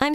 I'm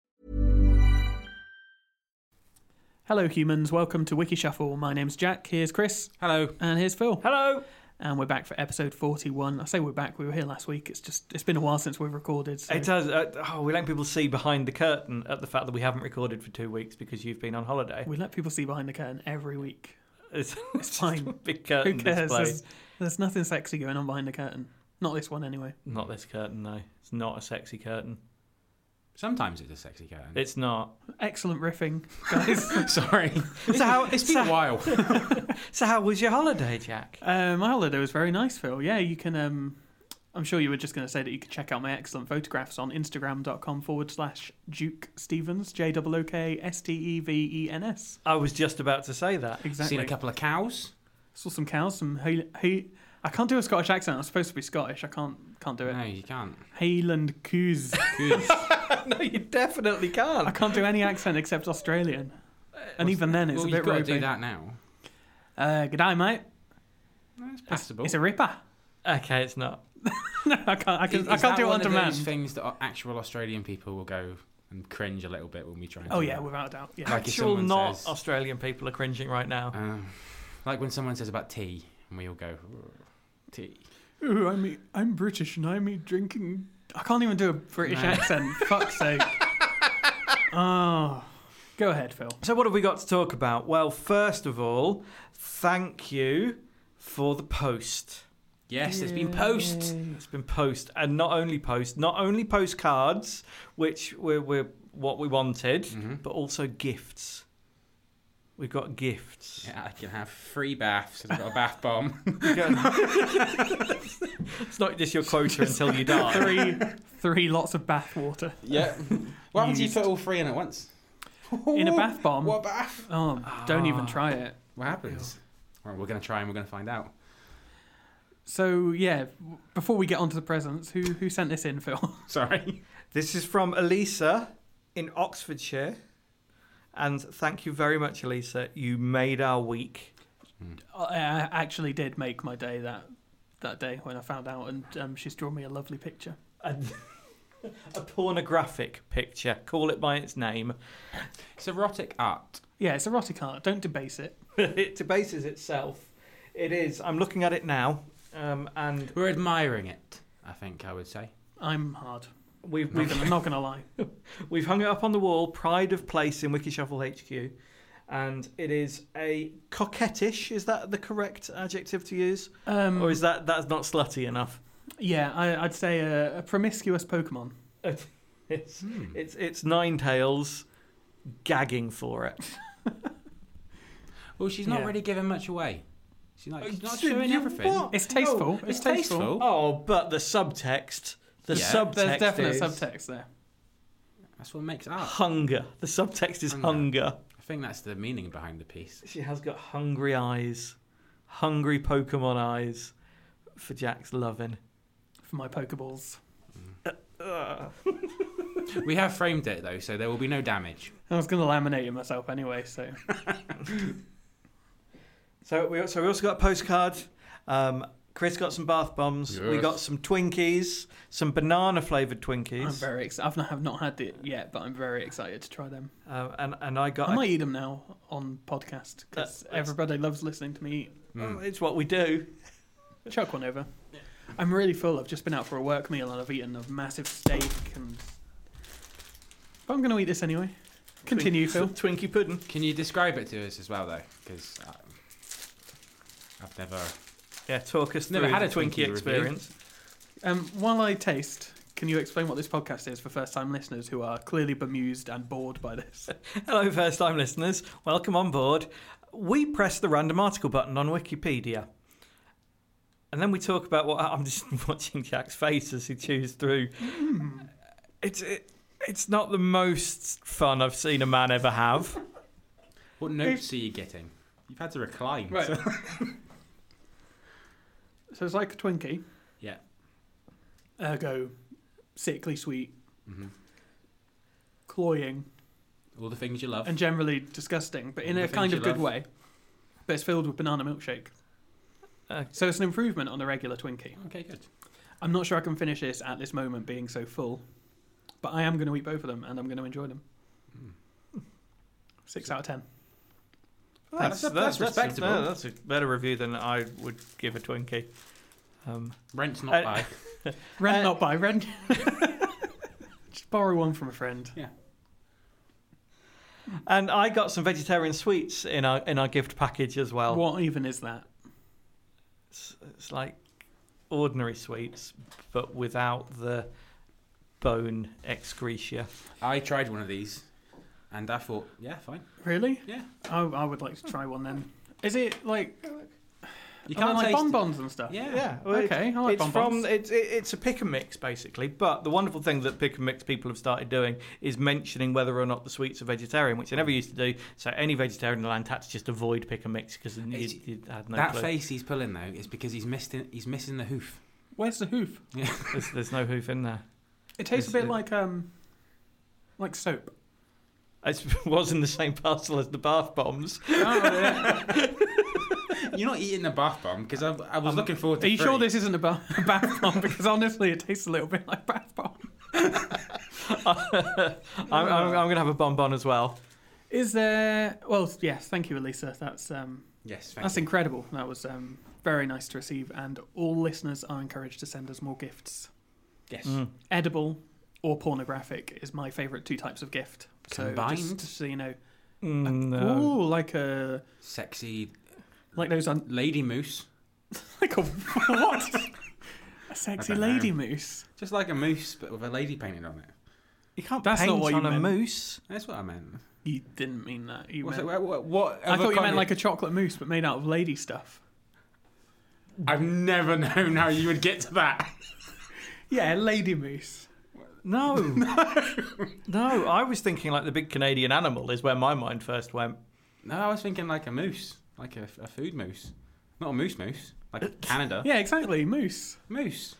Hello, humans. Welcome to Wiki Shuffle. My name's Jack. Here's Chris. Hello. And here's Phil. Hello. And we're back for episode 41. I say we're back. We were here last week. It's just it's been a while since we've recorded. So. It does. Uh, oh, we let people see behind the curtain at the fact that we haven't recorded for two weeks because you've been on holiday. We let people see behind the curtain every week. It's, it's fine. a big Who curtain cares? display. There's, there's nothing sexy going on behind the curtain. Not this one, anyway. Not this curtain, though. It's not a sexy curtain. Sometimes it's a sexy curtain. It's not. Excellent riffing, guys. Sorry. so how, it's been a while. So, how was your holiday, Jack? Uh, my holiday was very nice, Phil. Yeah, you can. Um, I'm sure you were just going to say that you can check out my excellent photographs on Instagram.com forward slash Duke Stevens, J O O K S T E V E N S. I was just about to say that. Exactly. Seen a couple of cows. Saw some cows, some. Hay- hay- I can't do a Scottish accent. I'm supposed to be Scottish. I can't can't do it. No, you can't. Hayland coos. no, you definitely I can't. can't do any accent except Australian. And even then, it's well, a you've bit got ropey. to do that now. Uh, g'day, mate. That's possible. It's a ripper. Okay, it's not. no, I can't. I, can, Is- I is can't that do it one on of demand. those things that actual Australian people will go and cringe a little bit when we try. And Oh do yeah, that. without a doubt. Yeah. Like if Actual someone not Uh. says- Australian people are cringing right now. Um, like when someone says about tea, and we all go "Ugh, tea. Ooh, I mean, I'm British and I'm drinking. I can't even do a British accent. Fuck's sake. Oh, go ahead, Phil. So, what have we got to talk about? Well, first of all, thank you for the post. Yes, there's been posts. It's been post, and not only post, not only postcards, which were, were what we wanted, but also gifts. We've got gifts. Yeah, I can have free baths. I've got a bath bomb. We got- it's not just your quota until you die. Three, three lots of bath water yeah. What happens if you put all three in at once? in a bath bomb. What bath? Oh, don't Ah. even try it. What happens? Well, we're gonna try and we're gonna find out. So yeah, w- before we get onto the presents, who who sent this in, Phil? Sorry. This is from Elisa in Oxfordshire. And thank you very much, Elisa. You made our week. I I actually did make my day that that day when I found out, and um, she's drawn me a lovely picture. A, a pornographic picture. Call it by its name. It's erotic art. Yeah, it's erotic art. Don't debase it. it debases itself. It is. I'm looking at it now, um, and We're admiring it. I think I would say. I'm hard. we've Not we've, gonna, not gonna lie. we've hung it up on the wall. Pride of place in Wikishuffle HQ, and it is a coquettish. Is that the correct adjective to use, Um, or is that that's not slutty enough? Yeah, I, I'd say a, a promiscuous Pokemon. It's it's it's nine tails, gagging for it. Well, she's not Yeah. really giving much away. She's, Oh, like, she's not you- showing you- everything. what? It's tasteful. It's it's tasteful. tasteful. Oh, but the subtext. The Yeah, subtext. There's definite is subtext there. That's what makes art. Hunger. The subtext is Hunger. hunger. I think that's the meaning behind the piece. She has got hungry eyes, hungry Pokemon eyes for Jack's loving. For my Pokeballs. We have framed it though, so there will be no damage. I was going to laminate it myself anyway, so. So we so we also got a postcard. Um, Chris got some bath bombs. We Yes. got some Twinkies, some banana flavored I'm Twinkies, very excited. I've not, have not had it yet, but I'm very excited to try them. um, and and I got. I might eat them now on podcast because Uh, it's- everybody loves listening to me eat. Well, It's what we do. Chuck one over. I'm really full. I've just been out for a work meal and I've eaten a massive steak and. But I'm going to eat this anyway. Continue, Phil. Twinkie pudding. Can you describe it to us as well though? Because I've never. Yeah, talk us Never through had the a Twinkie review. experience. Um, while I taste, can you explain what this podcast is for first time listeners who are clearly bemused and bored by this? Hello, first time listeners. Welcome on board. We press the random article button on Wikipedia. And then we talk Hmm. about what I'm just watching Jack's face as he chews through. It's it, It's not the most fun I've seen a man ever have. What notes are you getting? You've had to recline. Right. so it's like a Twinkie, Yeah. ergo sickly sweet, Mm-hmm. cloying, All the things you love. and generally disgusting, but in The a things kind you of good love. way. But it's filled with banana milkshake. Uh. Okay. So it's an improvement on a regular Twinkie. okay, good. I'm not sure I can finish this at this moment, being so full, but I am going to eat both of them and I'm going to enjoy them. Six out of ten. Oh, That's- that's respectable. A, that's a better review than I would give a Twinkie. Um, Rent's Uh, not high. Rent Uh, not buy rent. Just borrow one from a friend. Yeah. and I got some vegetarian sweets in our in our gift package as Oh. well. What even is that? It's, it's like ordinary sweets, but without the bone excretia. I tried one of these, and I thought, yeah, fine. Really? Yeah. I, I would like to try one then. Is it like You you can't like taste it. bonbons and stuff? Yeah. Yeah. well, it's- Okay, I like it's bonbons. from it's it, it's a pick and mix basically. But the wonderful thing that pick and mix people have started doing is mentioning whether or not the sweets are vegetarian, which they never used to do. So any vegetarian in the land had to just avoid pick and mix because you, It's- you had no that clue. face he's pulling though is because he's missed in, he's missing the hoof. Where's the hoof? There's, there's no hoof in there. It tastes Is a bit it- like um, like soap. It was in the same parcel as the bath bombs. Oh, You're not eating the bath bomb because I, I was looking forward to. Um, Are you sure three. this isn't a, ba- a bath bomb? Because honestly, it tastes a little bit like bath bomb. I'm, I'm, I'm going to have a bonbon as well. Is there? Well, yes. Thank you, Elisa. That's um, Yes, thank that's you. incredible. That was um, very nice to receive, and all listeners are encouraged to send us more gifts. yes. Mm. Edible or pornographic is my favourite two types of gift. So Combined? just so you know, Mm, no. ooh, like a Sexy like those un- lady moose, Like a what? a sexy I don't know. lady moose. just like a moose but with a lady painted on it. You can't That's not paint what you on a meant. moose. That's what I meant. You didn't mean that. You What's meant, it- what, what I thought you meant like a. a chocolate mousse, but made out of lady stuff. I've never known how you would get to that. Yeah, lady moose. No. no. I was thinking like the big Canadian animal is where my mind first went. No, I was thinking like a moose, like a, a food moose, not a moose moose, like Canada Yeah, exactly, moose. moose.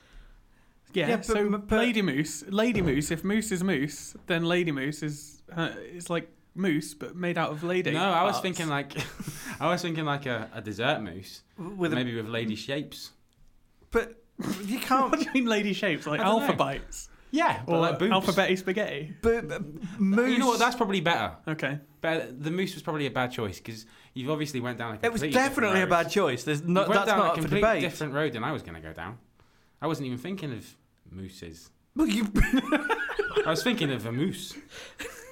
Yeah, Yeah, but- so but- lady moose, lady moose. If moose is moose, then lady moose is uh, it's like moose, but made out of lady. No, I was parts. thinking like, I was thinking like a, a dessert moose, With a, maybe with lady shapes. but you can't. What do you mean, lady shapes? Like I don't know. alpha bites Yeah, or like boobs. alphabety spaghetti? but, but moose. You know what? That's probably better. Okay, But the moose was probably a bad choice because you've obviously went down. Like a it was completely different definitely a road. bad choice. There's no, You went that's down not a up for completely debate. different road than I was going to go down. I wasn't even thinking of mooses. Well, you, I was thinking of a moose,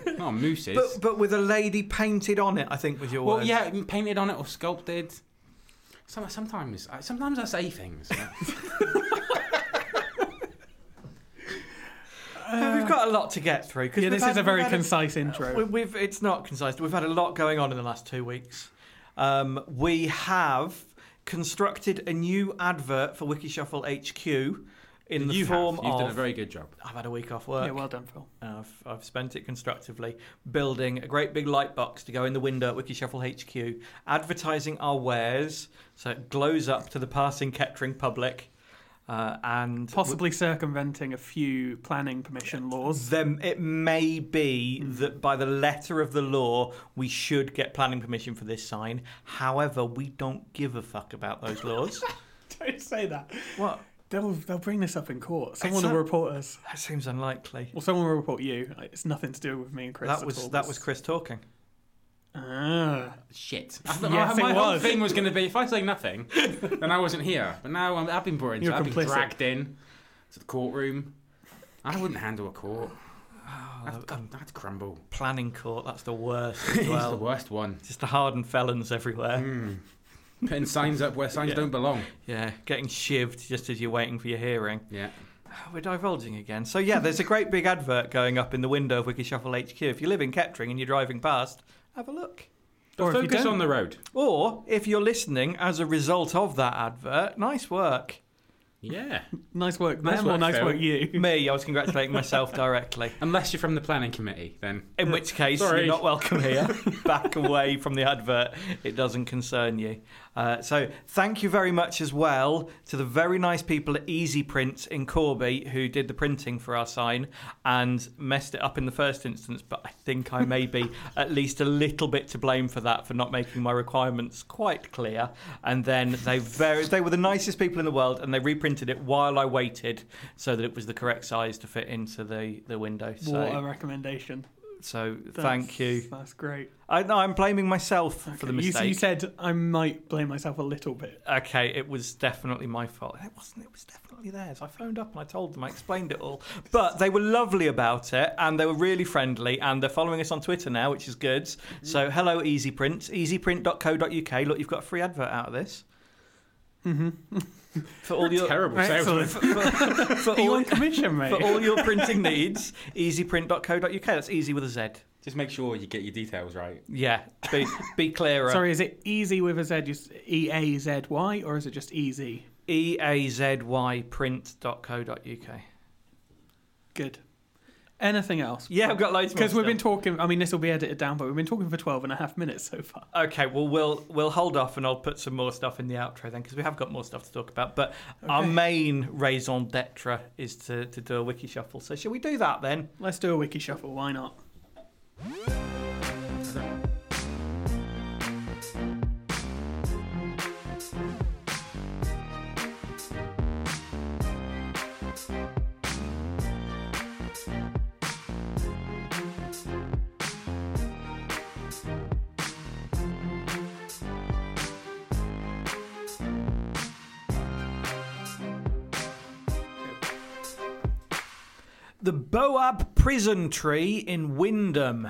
not mooses. but but with a lady painted on it, I think was your Well, word. yeah, m- painted on it or sculpted. Some, sometimes, I, sometimes I say things. Uh, we've got a lot to get through. 'cause yeah, we've this had- is a very we've had concise intro. We, we've it's not concise. We've had a lot going on in the last two weeks. Um, we have constructed a new advert for Wikishuffle HQ in the you form have. You've of. done a very good job. I've had a week off work. yeah, well done, Phil. and Uh, I've, I've spent it constructively building a great big light box to go in the window at Wikishuffle HQ, advertising our wares so it glows up to the passing Kettering public, uh, and Possibly circumventing a few planning permission laws. Then it may be Hmm. that by the letter of the law, we should get planning permission for this sign. However, we don't give a fuck about those laws. Don't say that. what? They'll, they'll bring this up in court. Someone It's will not- report us. That seems unlikely. Well, someone will report you. It's nothing to do with me and Chris. That at was all. that was Chris talking. Ah. Shit. I thought Yes, my my it whole was. thing was going to be if I say nothing, then I wasn't here. But now I'm, I've been brought into You're it. I've been complicit. dragged in to the courtroom. I wouldn't handle a court. Oh, I'd, um, I'd, I'd crumble. Planning court. That's the worst as He's well. the worst Hmm. one. Just the hardened felons everywhere. Putting signs up where signs don't belong. Yeah, getting shivved just as you're waiting for your hearing. Yeah. Oh, we're divulging again. So yeah, there's a great big advert going up in the window of Wiki Shuffle HQ. If you live in Kettering and you're driving past, have a look. Or if you Focus don't- on the road. Or if you're listening as a result of that advert, nice work. Yeah. Nice work, Nice them, or work, nice Phil. work, you. Me, I was congratulating myself directly. Unless you're from the planning committee, then. In which case, Sorry. you're not welcome here. Back away from the advert. It doesn't concern you. Uh, so, thank you very much as well to the very nice people at Easy Prints in Corby who did the printing for our sign and messed it up in the first instance. But I think I may be at least a little bit to blame for that for not making my requirements quite clear. And then they very they were the nicest people in the world and they reprinted it while I waited so that it was the correct size to fit into the the window. So. What a recommendation. So That's- thank you. That's great. I, no, I'm blaming myself for the Okay, you s- mistake. You, said I might blame myself a little bit. okay, it was definitely my fault. It wasn't. It was definitely theirs. I phoned up and I told them. I explained it all. But they were lovely about it, and they were really friendly, and they're following us on Twitter now, which is good. So hello, E Easy Prints, easyprint.co.uk. Look, you've got a free advert out of this. Mm-hmm. for all your Terrible Excellent. salesman. for, for Are you all, on commission, mate? for all your printing needs, E easyprint.co.uk. That's easy with a Z. Just make sure you get your details right. Yeah, be, be clearer. Sorry, is it easy with a Z, just E A Z Y, or is it just E easy? E eazyprint.co.uk. Good. Anything else? Yeah, I've got loads more Because we've stuff. been talking, I mean, this will be edited down, but we've been talking for 12 and a half minutes so far. Okay, well we'll we'll hold off and I'll put some more stuff in the outro then because we have got more stuff to talk about. But our main raison d'être is to, to do a wiki shuffle. So shall we do that then? Let's do a wiki shuffle, why not? The Boab Prison Tree in Wyndham.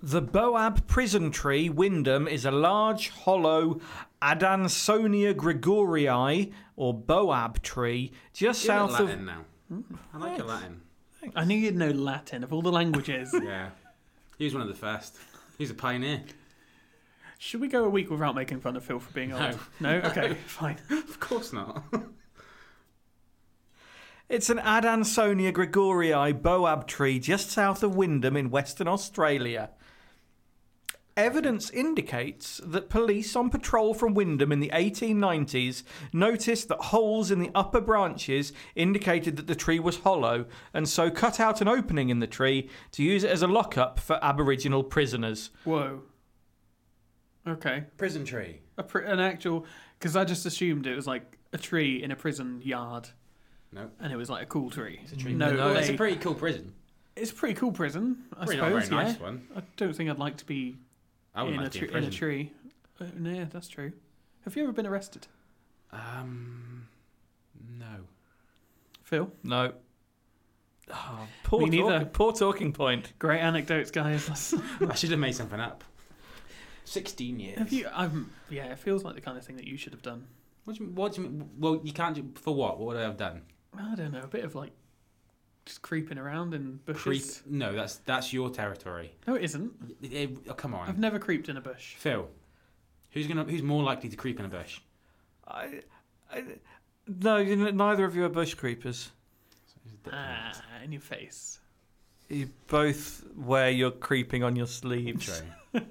The Boab Prison Tree, Wyndham, is a large, hollow Adansonia gregorii, or Boab tree, just Give it south of Latin now. Mm, I like your Latin. I knew you'd know Latin of all the languages. Yeah. He was one of the first. He's a pioneer. Should we go a week without making fun of Phil for being old? No. Okay, fine. Of course not. It's an Adansonia gregorii boab tree just south of Wyndham in Western Australia. Evidence indicates that police on patrol from Wyndham in the 1890s noticed that holes in the upper branches indicated that the tree was hollow and so cut out an opening in the tree to use it as a lockup for Aboriginal prisoners. Whoa. Okay. Prison tree. A pr- an actual. Because I just assumed it was like a tree in a prison yard. Nope. And it was like a cool tree. It's a Tree. No, Well, it's a way. pretty cool prison. It's a pretty cool prison, I Probably not a very suppose. nice yeah. one. I don't think I'd like to be, I in, wouldn't a like to be tr- in in a prison. tree. Uh, yeah, that's true. Have you ever been arrested, Um, no. Phil? No. Oh, poor, Me neither. talk- poor talking point. Great anecdotes, guys. I should have made something up. 16 years. have you? Um, yeah, it feels like the kind of thing that you should have done. What do you, what do you mean? Well, you can't do. For what? What would I have done? I don't know, a bit of like just creeping around in Creep? bushes. No, that's that's your territory. No, it isn't. It- it- oh, come on. I've never creeped in a bush. Phil, who's gonna who's more likely to creep in a bush? I, I, no, you know, neither of you are bush creepers. Ah, in your face. You both wear your creeping on your sleeves. True.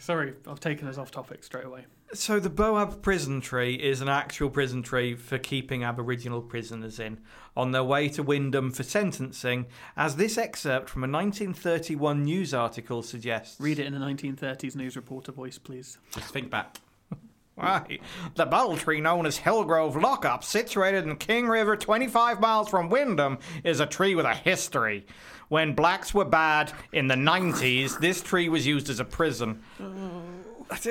Sorry, I've taken us off topic straight away. So the Boab prison tree is an actual prison tree for keeping Aboriginal prisoners in on their way to Wyndham for sentencing, as this excerpt from a 1931 news article suggests. Read it in a 1930s news reporter voice, please. Just think back. Right. The bottle tree known as Hillgrove Lockup, situated in King River 25 miles from Wyndham, is a tree with a history. When blacks were bad in the 90s, this tree was used as a prison.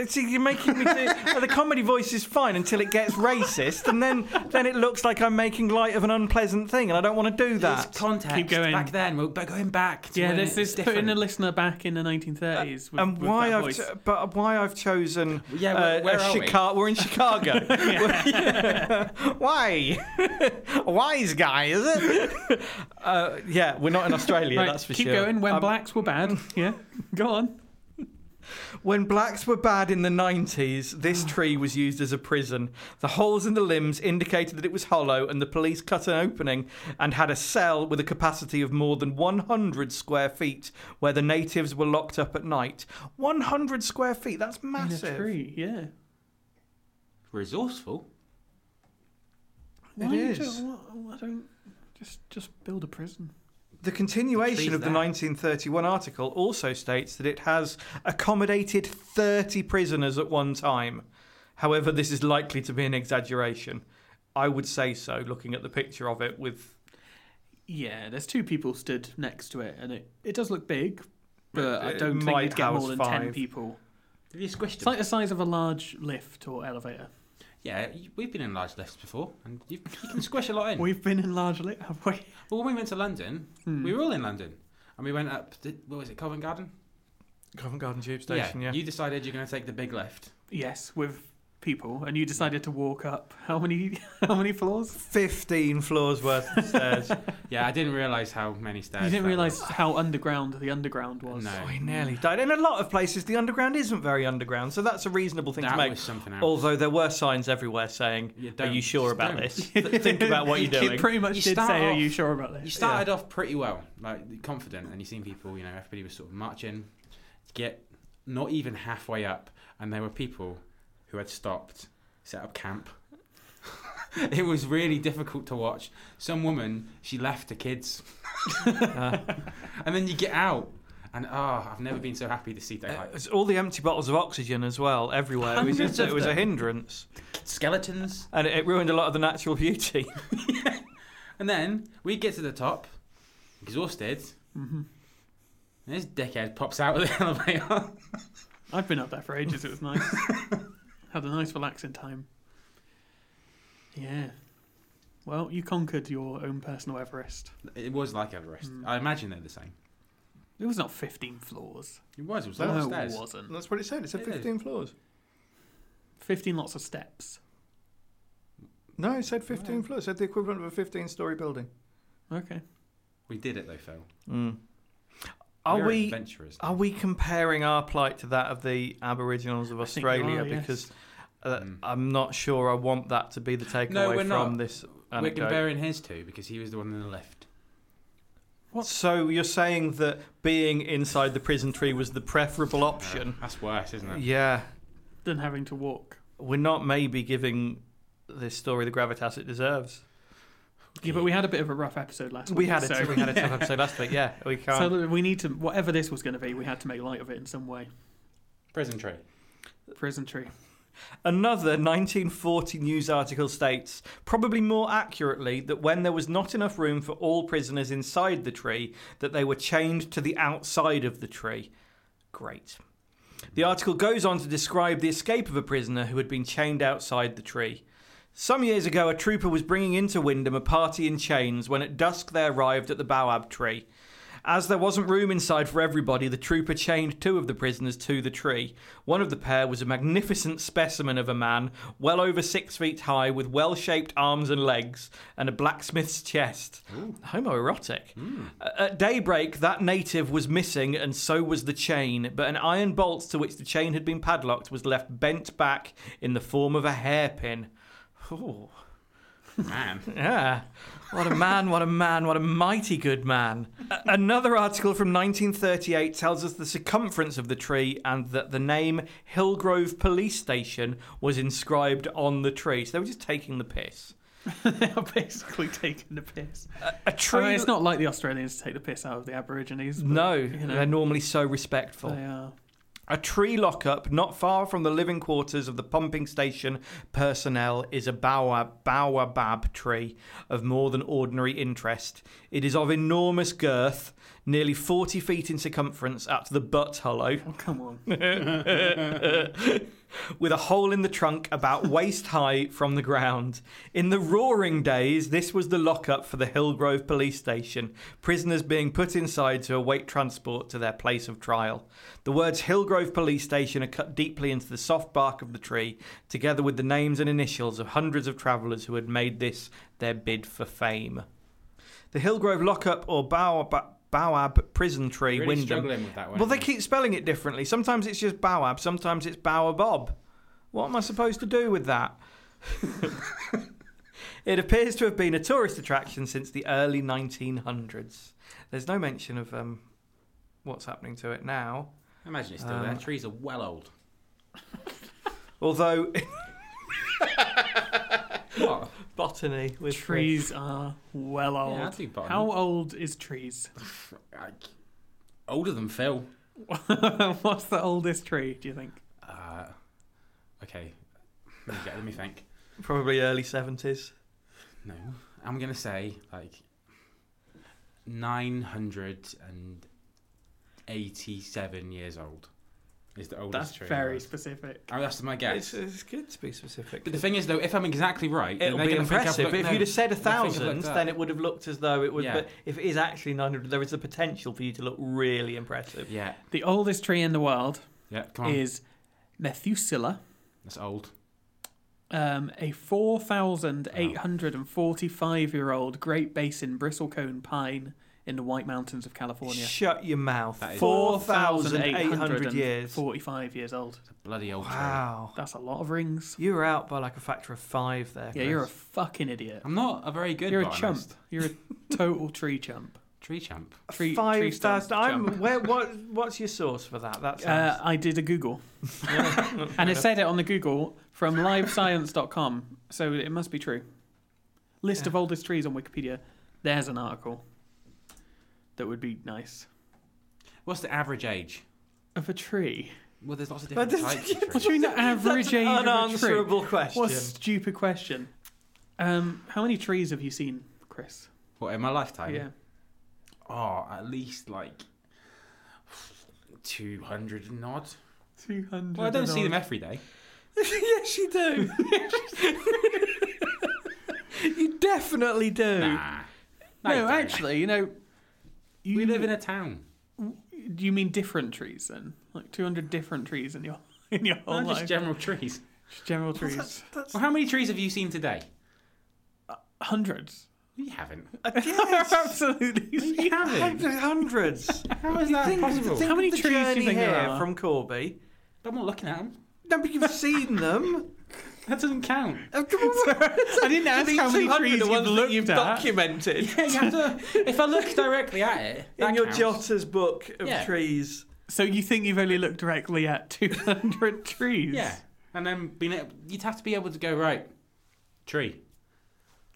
See, you're making me do. the comedy voice is fine until it gets racist, and then, then it looks like I'm making light of an unpleasant thing, and I don't want to do that. It's context. Keep going. Back then, we're b- going back. To Yeah, when this it's is Uh, different. putting a listener back in the 1930s. with, and with why that I've voice. ch- but uh, why I've chosen Yeah, uh, where- where a are we? Chica- we're in Chicago. why? Wise guy, is it? uh, yeah, we're not in Australia. Right, that's for Um, keep sure. going. When blacks were bad, yeah, go on. When blacks were bad in the 90s, this tree was used as a prison. The holes in the limbs indicated that it was hollow, and the police cut an opening and had a cell with a capacity of more than 100 square feet where the natives were locked up at night. 100 square feet, that's In a massive. tree, yeah. Resourceful. It Why is. do- why- I don't. Just, just build a prison. The continuation Please of the that. 1931 article also states that it has accommodated 30 prisoners at one time. However, this is likely to be an exaggeration. I would say so, looking at the picture of it with. Yeah, there's two people stood next to it, and it, it does look big, but I It don't think might you'd get house more than ten five. people. Have you squished It's them? like the size of a large lift or elevator. yeah, you- we've been in large lifts before, and you, you can squish a lot in. We've been in large lift, have we? Well, when we went to London, we were all in London, and we went up. The, what was it, Covent Garden? Covent Garden Tube Station, yeah. You decided you're going to take the big lift. Yes, with people, and you decided to walk up. How many? How many floors? 15 floors worth of stairs. Yeah, I didn't realise how many stairs. You didn't that realise how underground the underground was. was. No, I nearly died. In a lot of places, the underground isn't very underground, so that's a reasonable thing to that make. was something else. Although there were signs everywhere saying, Yeah, Are don't. you sure Just about don't. this? Th- Think about what you're doing. It pretty much You did say, start "Are off- you sure about You this?" started off pretty well, like confident, and you seen people. You know, everybody was sort of marching to get not even halfway up, and there were people who had stopped, set up camp. it was really difficult to watch. Some woman, she left her kids, and then you get out, and oh, I've never been so happy to see daylight. It's all the empty bottles of oxygen as well everywhere. It was, Hundreds it of was a them. hindrance, Skeletons. and it, it ruined a lot of the natural beauty. And then we get to the top, exhausted. And this dickhead pops out of the elevator. I've been up there for ages. It was nice. Had a nice relaxing time. Yeah. Well, you conquered your own personal Everest. It was like Everest. I imagine they're the same. It was not 15 floors. It was. It was No, upstairs. it wasn't. that's what it said. It said It is. 15 floors. 15 lots of steps. No, it said 15 floors. It said the equivalent of a 15-story building. Okay. We did it though, Phil. Are We're we? adventurers? Are we comparing our plight to that of the Aboriginals of think you Australia? are, yes. Because uh, I'm not sure I want that to be the takeaway No, we're from not. this. We're anecdote. comparing his two because he was the one in the lift. So you're saying that being inside the prison tree was the preferable option? That's worse, isn't it? Yeah. Than having to walk. we're not maybe giving this story the gravitas it deserves. Yeah, but we had a bit of a rough episode last We week. had a so, we had a tough episode last week. Yeah, we so can't. that we need to, whatever this was going to be, we had to make light of it in some way. Prison tree. Prison tree. Another 1940 news article states, probably more accurately, that when there was not enough room for all prisoners inside the tree, that they were chained to the outside of the tree. Great. The article goes on to describe the escape of a prisoner who had been chained outside the tree. Some years ago, a trooper was bringing into Wyndham a party in chains when at dusk they arrived at the baobab tree. As there wasn't room inside for everybody, the trooper chained two of the prisoners to the tree. One of the pair was a magnificent specimen of a man, well over six feet high, with well shaped arms and legs, and a blacksmith's chest. Homoerotic. A- At daybreak, that native was missing, and so was the chain, but an iron bolt to which the chain had been padlocked was left bent back in the form of a hairpin. Ooh. Man. Yeah. What a man, what a man, what a mighty good man. A- Another article from 1938 tells us the circumference of the tree and that the name Hillgrove Police Station was inscribed on the tree. So they were just taking the piss. They are basically taking the piss. A I tree. mean, Oh, it's not like the Australians take the piss out of the Aborigines. but No, know. they're normally so respectful. They are. A tree lockup not far from the living quarters of the pumping station personnel is a baobab, baobab tree of more than ordinary interest. It is of enormous girth, nearly 40 feet in circumference up to the butt hollow, Oh, come on. with a hole in the trunk about waist high from the ground. In the roaring days, this was the lockup for the Hillgrove police station, prisoners being put inside to await transport to their place of trial. The words Hillgrove police station are cut deeply into the soft bark of the tree, together with the names and initials of hundreds of travellers who had made this their bid for fame. The Hillgrove lockup or Baobab, Bawab Prison Tree, Really Wyndham. struggling with that one. Well, they aren't keep spelling it differently. Sometimes it's just Bawab, sometimes it's Bob. What am I supposed to do with that? it appears to have been a tourist attraction since the early 1900s. There's no mention of um, what's happening to it now. I imagine it's still there. Um, Trees are well old. Although, What? botany with Trees are well old. I'd do botany. How old is trees? Like, older than Phil. What's the oldest tree? Do you think? Uh, okay. Let me, get, let me think. Probably early 70s. No, I'm gonna say like nine hundred and eighty-seven years old is the oldest That's tree. in the very world. specific. Oh, that's my guess. It's, it's good to be specific. but the thing is, though, if I'm exactly right, then It'll they're be gonna think I've impressive. looked- But if no, you'd have said a they'll think I've thousand, looked up. then it would have looked as though it would. Yeah. But if it is actually 900, there is the potential for you to look really impressive. yeah, The oldest tree in the world yeah, come on, is Methuselah, that's old. um, a 4,845 year old Great Basin bristlecone pine in the White Mountains of California. Shut your mouth. That is- 4,800 years. 45 years old. It's a bloody old tree. Wow. That's a lot of rings. You were out by like a factor of five there. Yeah, Chris. you're a fucking idiot. I'm not a very good. You're a chump. botanist. You're a total tree chump. Tree chump. Tree, tree five stump stars. I'm. chump. Where, what? What's your source for that? That's. Uh, I did a Google. and it said it on the Google from livescience.com, so it must be true. List of oldest trees on Wikipedia. There's an article that would be nice. What's the average age? Of a tree. Well, there's lots of But different types of What trees. do you mean the average That's age an of a tree? unanswerable question. What a stupid question. Um, how many trees have you seen, Chris? What in my lifetime? Yeah. Oh, at least like two hundred and odd. 200. Well, I don't see them every day. yes, you do. you definitely do. Nah. No, actually, you know. You, we live in a town. Do you mean different trees then? Like 200 different trees in your in your Oh whole Not life? just general trees. Just general trees. Well, how many trees have you seen today? Hundreds. You haven't. Absolutely. You haven't. Hundreds, hundreds. How is that possible? Think How many of the trees do you journey think there here are? from Corby? I'm not looking at them. No, but you've seen them. That doesn't count. Oh, come on. I didn't ask how many 200 trees are you've ones that looked you've at. documented Yeah, you have to- if I look directly at it, in that your counts. Jotter's book of Yeah. trees. So you think you've only looked directly at 200 trees? Yeah, and then being able, you'd have to be able to go right. Tree.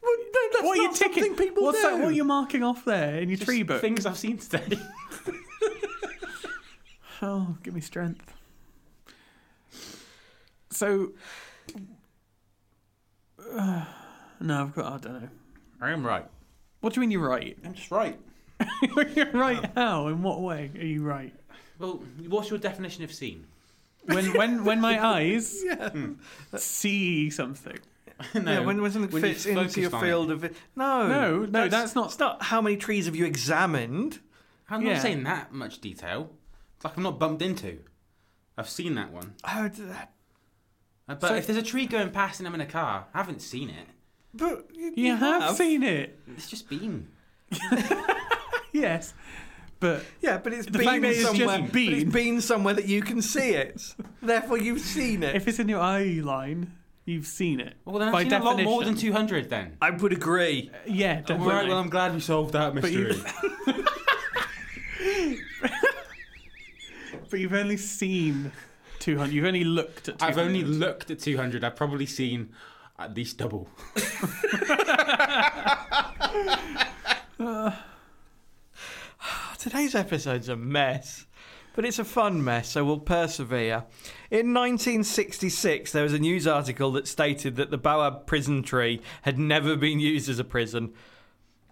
Well, no, that's What are you not something ticking? people What's do. that? What are you marking off there in your Just tree book? Things I've seen today. Oh, give me strength. So, no, I've got. I don't know. I am right. What do you mean you're right? I'm just right. you're right. How? In what way are you right? Well, what's your definition of seen? When when when my eyes see something. Yeah, when, when something when you fits into focused your on field of vi- no, No, no, that's not- It's not how many trees have you examined. I'm Yeah. not saying that much detail. It's like I'm not bumped into. I've seen that one. Oh, d- that- Uh, But if there's a tree going past and I'm in a car, I haven't seen it. but you, You, have, seen it. It's just been. Yes, but Yeah, but it's The fact been that it's just somewhere. but been. it's been somewhere that you can see it. Therefore, you've seen it. if it's in your eye line, you've seen it. Well, then I've By seen definition, a lot more than 200 then. I would agree. Yeah, definitely. Right, well, I'm glad we solved that you- mystery. But you've only seen 200. You've only looked at 200. I've only looked at 200. I've probably seen at least double. Oh, Today's episode's a mess, but it's a fun mess, so we'll persevere. In 1966, there was a news article that stated that the Boab prison tree had never been used as a prison.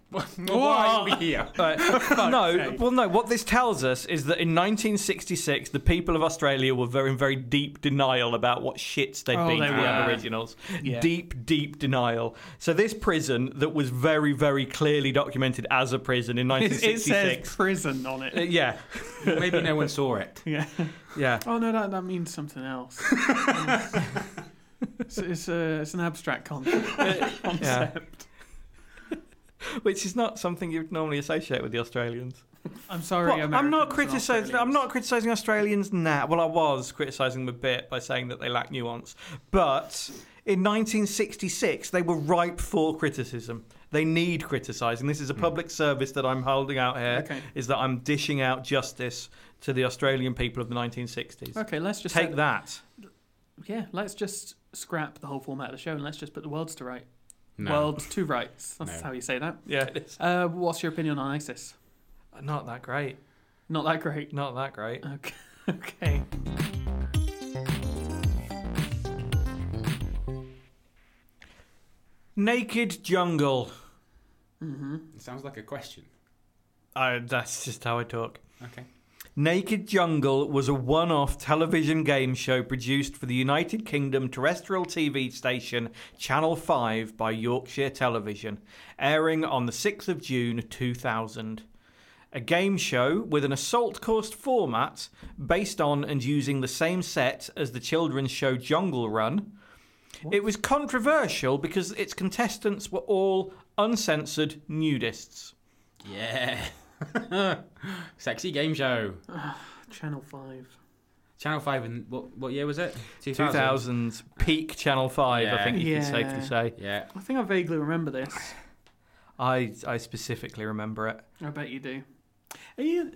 Why are we here? Right. no, sake. well, no. What this tells us is that in 1966, the people of Australia were very, in very deep denial about what shits they had Oh, been they to the were. Aboriginals. Yeah. Deep, deep denial. So this prison that was very, very clearly documented as a prison in It, it 1966. says prison on Uh, it. yeah, Maybe no one saw it. Yeah. yeah. Oh, no, that, that means something else. it's, it's, a, it's an abstract concept. Yeah. Which is not something you'd normally associate with the Australians. I'm sorry, Well, I'm Americans not and criticizing. I'm Australians. not criticizing Australians now. Well, I was criticizing them a bit by saying that they lack nuance. But in 1966, they were ripe for criticism. They need criticizing. This is a public service that I'm holding out here. Is Okay. that I'm dishing out justice to the Australian people of the 1960s. Okay, let's just Take say- that. Yeah, let's just scrap the whole format of the show and let's just put the worlds to right. No. Worlds to rights. That's No. how you say that. Yeah, it is. Uh, what's your opinion on ISIS? Not that great. Not that great. Not that great. Okay. okay. Naked jungle. It sounds like a question. I, that's just how I talk. Okay. Naked Jungle was a one off television game show produced for the United Kingdom terrestrial TV station Channel 5 by Yorkshire Television, airing on the 6th of June 2000. A game show with an assault course format based on and using the same set as the children's show Jungle Run. It was controversial because its contestants were all uncensored nudists. Yeah. Sexy game show. Channel 5. Channel 5 in what what year was it? 2000. 2000s peak Channel 5, I Yeah. think you Yeah. can safely say. Yeah. I think I vaguely remember this. I I specifically remember it. I bet you do. Are you.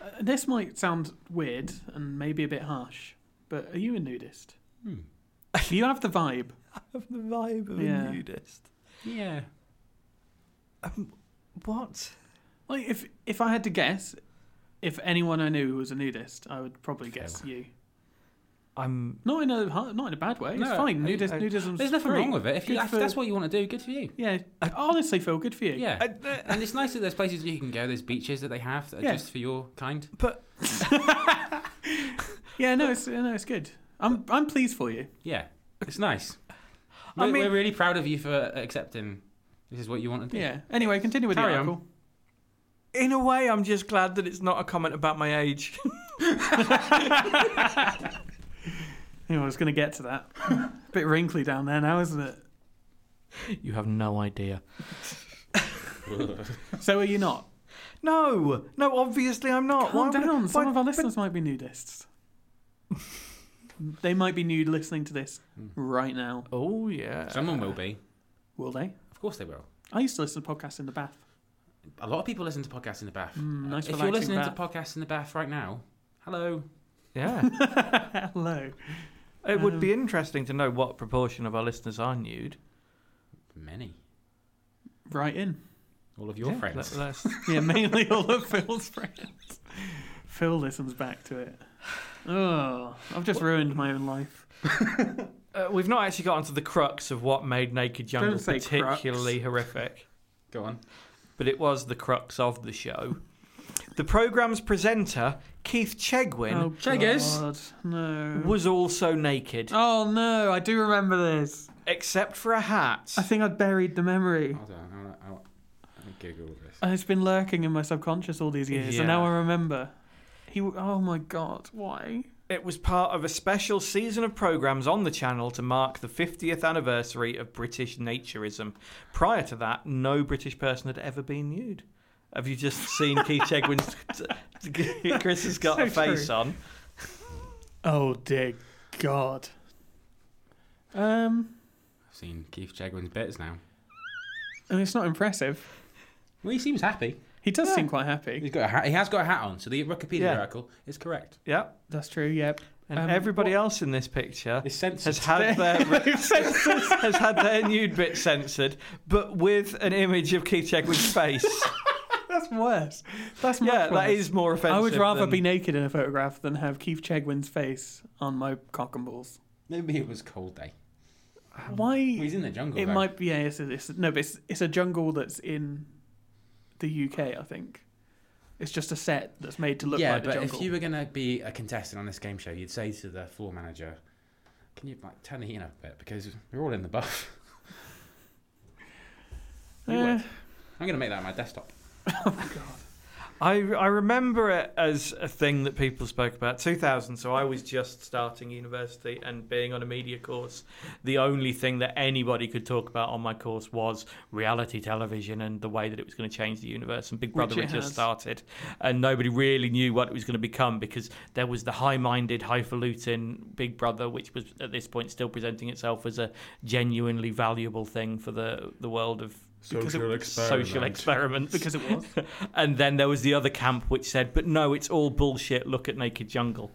Uh, this might sound weird and maybe a bit harsh, but are you a nudist? Hmm. Do you have the vibe? Of the vibe of a Yeah. nudist. Yeah. What? Like, if if I had to guess, if anyone I knew was a nudist, I would probably guess you. I'm Not in a har- not in a bad way. it's No, fine. Nudist, I- nudism's There's nothing great. wrong with it. If you, Good that's, for- that's what you want to do, good for you. Yeah, honestly, Phil, good for you. Yeah. I- and it's nice that there's places you can go, there's beaches that they have that are Yeah. just for your kind. but yeah. No, it's no, it's good. I'm I'm pleased for you. Yeah. It's nice. I We're, mean- we're really proud of you for accepting this is what you want to do. Yeah. Anyway, continue with Carry the on. article. in a way I'm just glad that it's not a comment about my age. Yeah, I was going to get to that. Bit wrinkly down there now, isn't it? you have no idea. So are you not? No. No, obviously I'm not. Calm Why would I- down. Some why- of our listeners might be nudists. they might be nude listening to this right now. Oh yeah. Someone will be. Will they? Of course they will. I used to listen to podcasts in the bath. A lot of people listen to podcasts in the bath. Mm, Uh, nice if you're relaxing bath. listening to podcasts in the bath right now, hello. Yeah. Hello. it would Um, be interesting to know what proportion of our listeners are nude. Many. Right in. All of your Yeah, friends. let- let's- Yeah, mainly all of Phil's friends. Phil listens back to it. Oh, I've just ruined my own life. uh, we've not actually got onto the crux of what made Naked Jungle Don't say crux. particularly horrific. Go on. but it was the crux of the show. The programme's presenter, Keith Chegwin, Cheggers. Oh, God, no. was also naked, Oh no, I do remember this. except for a hat. I think I'd buried the memory. Hold on. I'll, I'll, I'll Google this. And it's been lurking in my subconscious all these years, and Yeah. now I remember. He. w- Oh my god, why? It was part of a special season of programmes on the channel to mark the 50th anniversary of British naturism. Prior to that, no British person had ever been nude. Have you just seen Keith Chegwin's? Chris has got a So face true. on. Oh dear God. Um, I've seen Keith Chegwin's bits now. and it's not impressive. Well, he seems happy. He does Yeah. seem quite happy. He's got a hat. He has got a hat on, so the Wikipedia Yeah. article is correct. Yep. That's true. Yep. And Um, everybody else in this picture It's censored. has had their has had their nude bit censored, but with an image of Keith Chegwin's face. That's worse. That's much yeah, worse. that is more offensive. I would rather than- be naked in a photograph than have Keith Chegwin's face on my cock and balls. Maybe it was cold day. Why? He's in the jungle. It though. might be. Yeah, it's, it's no, but it's, it's a jungle that's in the UK. I think it's just a set that's made to look yeah, like the but jungle. if you were gonna be a contestant on this game show, you'd say to the floor manager, "Can you like turn the heating up a bit because we're all in the buff." you Eh. Uh, would. I'm gonna make that my desktop. I, I remember it as a thing that people spoke about. 2000, so I was just starting university and being on a media course. The only thing that anybody could talk about on my course was reality television and the way that it was going to change the universe. And Big Brother it had just has. started, and nobody really knew what it was going to become because there was the high minded, highfalutin Big Brother, which was at this point still presenting itself as a genuinely valuable thing for the, the world of Social social experiments because it was. and then there was the other camp which said, "But no, it's all bullshit. Look at Naked Jungle."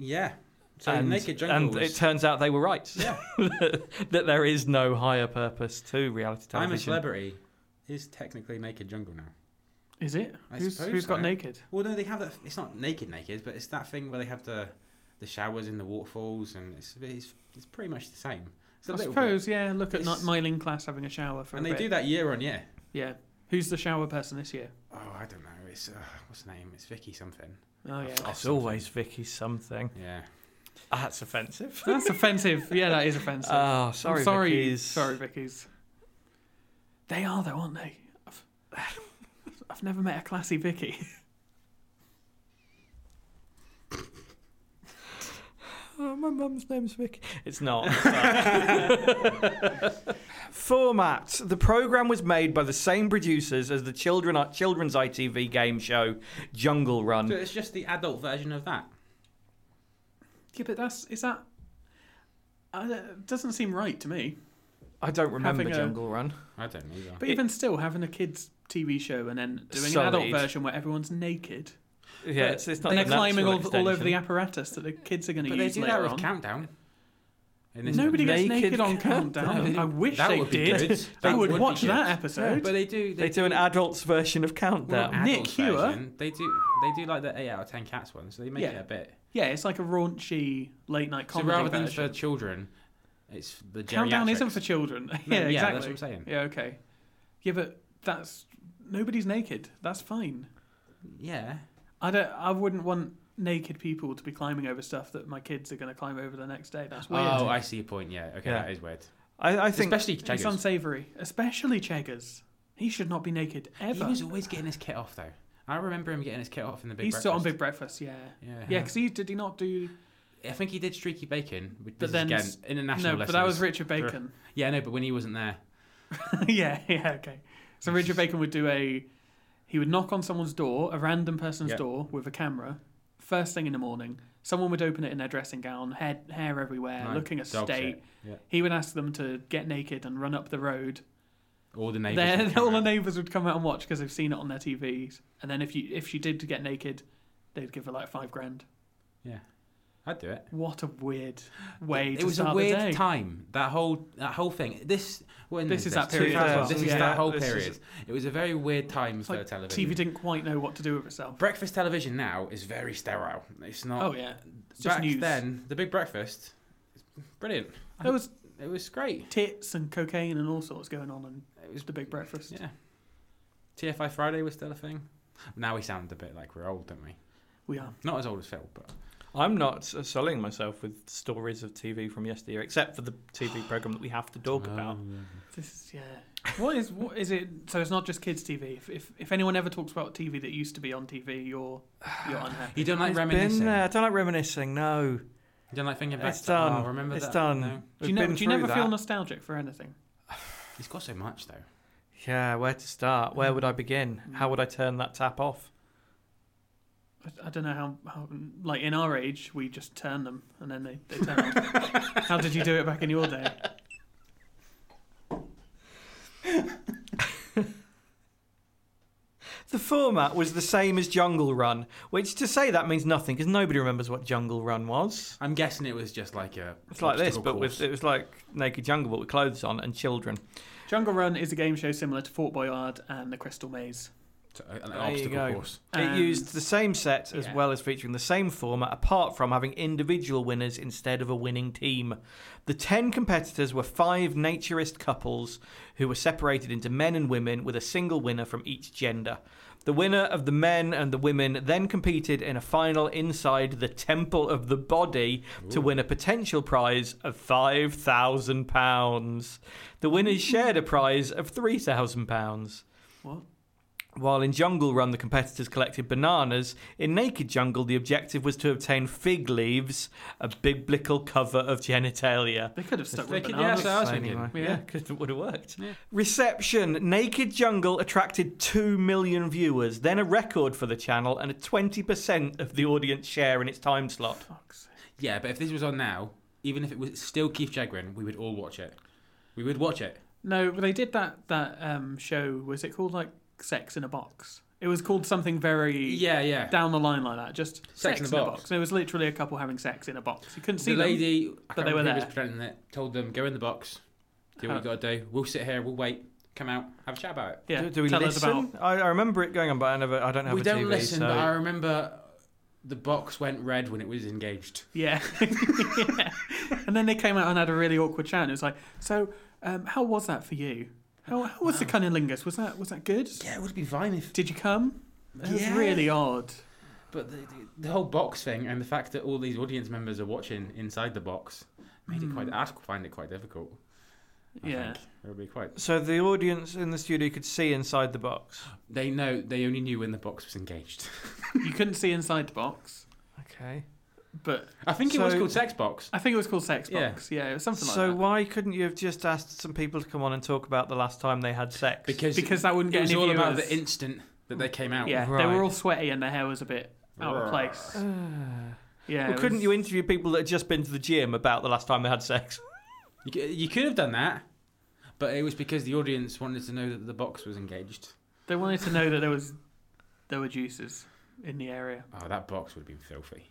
Yeah. So and, naked jungle. and was- it turns out they were right. yeah. that there is no higher purpose to reality I'm a television. celebrity. Is technically naked jungle now. Is it? I who's suppose who's got so. naked? Well, no, they have that. It's not naked, naked, but it's that thing where they have the the showers in the waterfalls, and it's it's, it's pretty much the same. It's a I little bit- suppose, yeah. Look at not It's- my Ling class having a shower for and a they bit. do that year on year. Yeah. Who's the shower person this year? Oh, I don't know. It's uh, what's the name? It's Vicky something. Oh yeah. It's always Vicky something. Yeah. That's offensive. That's offensive. Yeah, that is offensive. Uh, Oh, I'm sorry, sorry, Vicky's. sorry, Vicky's. They are though, aren't they? I've, I've never met a classy Vicky. Oh, my mum's name's Vicky. It's not. Format. The program was made by the same producers as the children children's ITV game show Jungle Run. So it's just the adult version of that. Yeah, but that's is that. Uh, it doesn't seem right to me. I don't remember Having a- Jungle Run. I don't know. either. But even still, having a kids' TV show and then doing an adult Solid. version where everyone's naked. Yeah, but it's, it's not. They're a climbing all, natural all over the extension. apparatus that the kids are going to But they use do that later with on. countdown. In this Nobody gets Naked naked, on Countdown. Countdown. I wish That they would be did. good. I That would, would be watch good. that Yeah, episode. but they do. They do an adults version of well, Countdown. not Nick adults Hewer. version. They do. They do like the eight out of ten cats one. So they make Yeah. it a bit. yeah, it's like a raunchy late night So comedy rather than version. for children, it's the Countdown isn't geriatrics. for children. No, yeah, yeah, exactly. that's what I'm saying. Yeah, okay. Yeah, but that's nobody's naked. That's fine. Yeah. I don't. I wouldn't want naked people to be climbing over stuff that my kids are going to climb over the next day. That's weird. Oh, I see your point. Yeah. Okay, Yeah. that is weird. I, I think. Especially it's Jaggers. unsavory, especially Cheggers. He should not be naked He ever. was always getting his kit off though. I remember him getting his kit off in the big. He's breakfast. still on Big Breakfast. Yeah. Yeah. Yeah, because he did he not do? I think he did streaky bacon, which But this then is again international. no, but that was Richard listeners. Bacon. Yeah, no, but when he wasn't there, yeah, yeah, okay. So Richard Bacon would do a he would knock on someone's door, a random person's Yeah. door with a camera, first thing in the morning. Someone would open it in their dressing gown, head hair everywhere, No, looking a dog state. shit. Yeah. He would ask them to get naked and run up the road. all the neighbors. Their, would come all the out. neighbours would come out and watch because they've seen it on their TVs. And then if you if she did get naked, they'd give her like five grand. Yeah, I'd do it. What a weird way it to was a start the day. weird time. That whole that whole thing. This when This is that period as well. This is Yeah, that whole this is- period. It was a very weird time It's for Like television. TV didn't quite know what to do with itself. Breakfast television now is very sterile. It's not. Oh yeah, it's just Back news. then, the Big Breakfast, it's brilliant. There was It was great. tits and cocaine and all sorts going on and It was the big breakfast. Yeah. TFI Friday was still a thing. Now we sound a bit like we're old, don't we? We are. Not as old as Phil, but I'm not uh, sullying myself with stories of TV from yesteryear, except for the TV program that we have to talk about. This is, yeah. What is what is it? So it's not just kids' TV. If, if if anyone ever talks about TV that used to be on TV, you're you're unhappy. you don't like It's reminiscing. been there. I don't like reminiscing. No, You don't like thinking back. it's to, "Oh, done. remember it's that?" done. No. Do We've you, never, been do you through never feel that. nostalgic for anything? He's got so much though. Yeah, where to start? Where would I begin? How would I turn that tap off? I, I don't know how, how. Like in our age, we just turn them and then they, they turn on. how did you do it back in your day? The format was the same as Jungle Run, which to say that means nothing because nobody remembers what Jungle Run was. I'm guessing it was just like a. It's like this, obstacle but course. with it was like Naked Jungle, but with clothes on and children. Jungle Run is a game show similar to Fort Boyard and the Crystal Maze. So, an you obstacle go. course. And- It used the same set as Yeah. well as featuring the same format, apart from having individual winners instead of a winning team. The 10 competitors were five naturist couples who were separated into men and women with a single winner from each gender. The winner of the men and the women then competed in a final inside the Temple of the Body to win a potential prize of £5,000. The winners shared a prize of £3,000. What? While in Jungle Run, the competitors collected bananas, in Naked Jungle, the objective was to obtain fig leaves, a biblical cover of genitalia. They could have stuck They with could- yeah, bananas. so I was Same thinking. way. Yeah. Yeah, 'cause it would have worked. Reception Naked Jungle attracted 2 million viewers, then a record for the channel, and a 20% of the audience share in its time slot. Yeah, but if this was on now, even if it was still Keith Jagrin, we would all watch it. We would watch it. No, but they did that that um, show. Was it called like Sex in a Box? It was called something very Yeah, yeah. down the line like that. Just Sex in a Box. And it was literally a couple having sex in a box. You couldn't see the them. lady, I but can't they were remember who there. was presenting it, told them go in the box, do what you got to do. We'll sit here, we'll wait, come out, have a chat about it. Yeah. do, do we tell listen? us about. I, I remember it going on, but I, never, I don't have we a don't TV. listen, so- but I remember the box went red when it was engaged. Yeah. yeah. And then they came out and had a really awkward chat. And it was like, so um, how was that for you? How, how was the cunnilingus? Was that was that good? Yeah, it would be fine if. Did you come? It was Yeah. really odd. But the, the, the whole box thing and the fact that all these audience members are watching inside the box made it quite. I find it quite difficult. I Yeah. think. It would be quite. So the audience in the studio could see inside the box. They know. They only knew when the box was engaged. You couldn't see inside the box, Okay. but I think it was So- called Sex Box. I think it was called Sex Yeah. Box. Yeah, it was something like so that. why couldn't you have just asked some people to come on and talk about the last time they had sex? Because Because that wouldn't it get was any all about viewers. the instant that they came out. Yeah, they Right. were all sweaty and their hair was a bit out of place. yeah, well, it couldn't was- you interview people that had just been to the gym about the last time they had sex? You, c- you could have done that, but it was because the audience wanted to know that the box was engaged. They wanted to know that there was there were juices in the area. Oh, that box would have been filthy.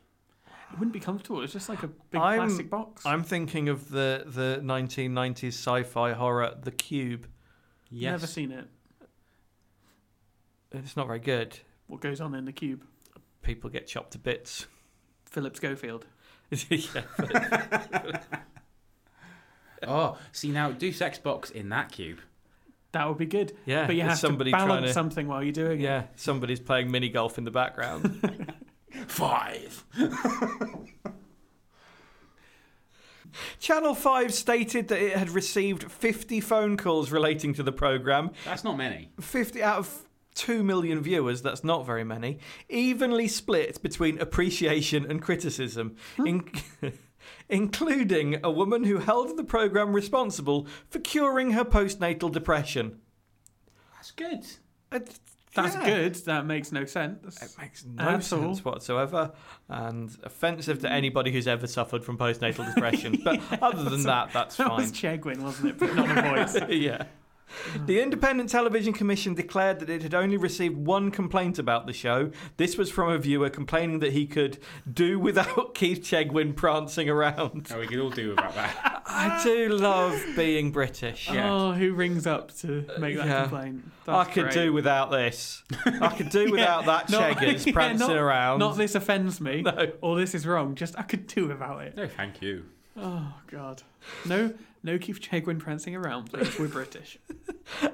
It wouldn't be comfortable. It's just like a big I'm- plastic box. I'm thinking of the the 1990s sci-fi horror The Cube. Yes. Never seen it. It's not very good. What goes on in the cube? People get chopped to bits. Philip Schofield. yeah. oh, see now do Sex Box in that cube. That would be good. Yeah, but you with have somebody to trying balance to- something while you're doing it. Yeah, somebody's playing mini golf in the background. Five. Channel 5 stated that it had received 50 phone calls relating to the programme, That's not many. 50 out of 2 million viewers, that's not very many, evenly split between appreciation and criticism, Hmm. in- including a woman who held the programme responsible for curing her postnatal depression. That's good. Uh, It- That's yeah. good. That makes no sense. It makes no At all. sense whatsoever and offensive Mm. to anybody who's ever suffered from postnatal depression. But other than that, that's that fine. was Chegwin, wasn't it? Putting on a voice. yeah. The Independent Television Commission declared that it had only received one complaint about the show. This was from a viewer complaining that he could do without Keith Chegwin prancing around. Oh, we could all do about that. I do love being British. Yeah. Oh, who rings up to make that Uh, Yeah. complaint? I That's could great. do without this. I could do without that Not- Cheggers yeah, prancing not- around. Not this offends me. No. Or this is wrong. Just I could do without it. no, thank you. Oh God. No, no Keith Chegwin prancing around, please. We're British.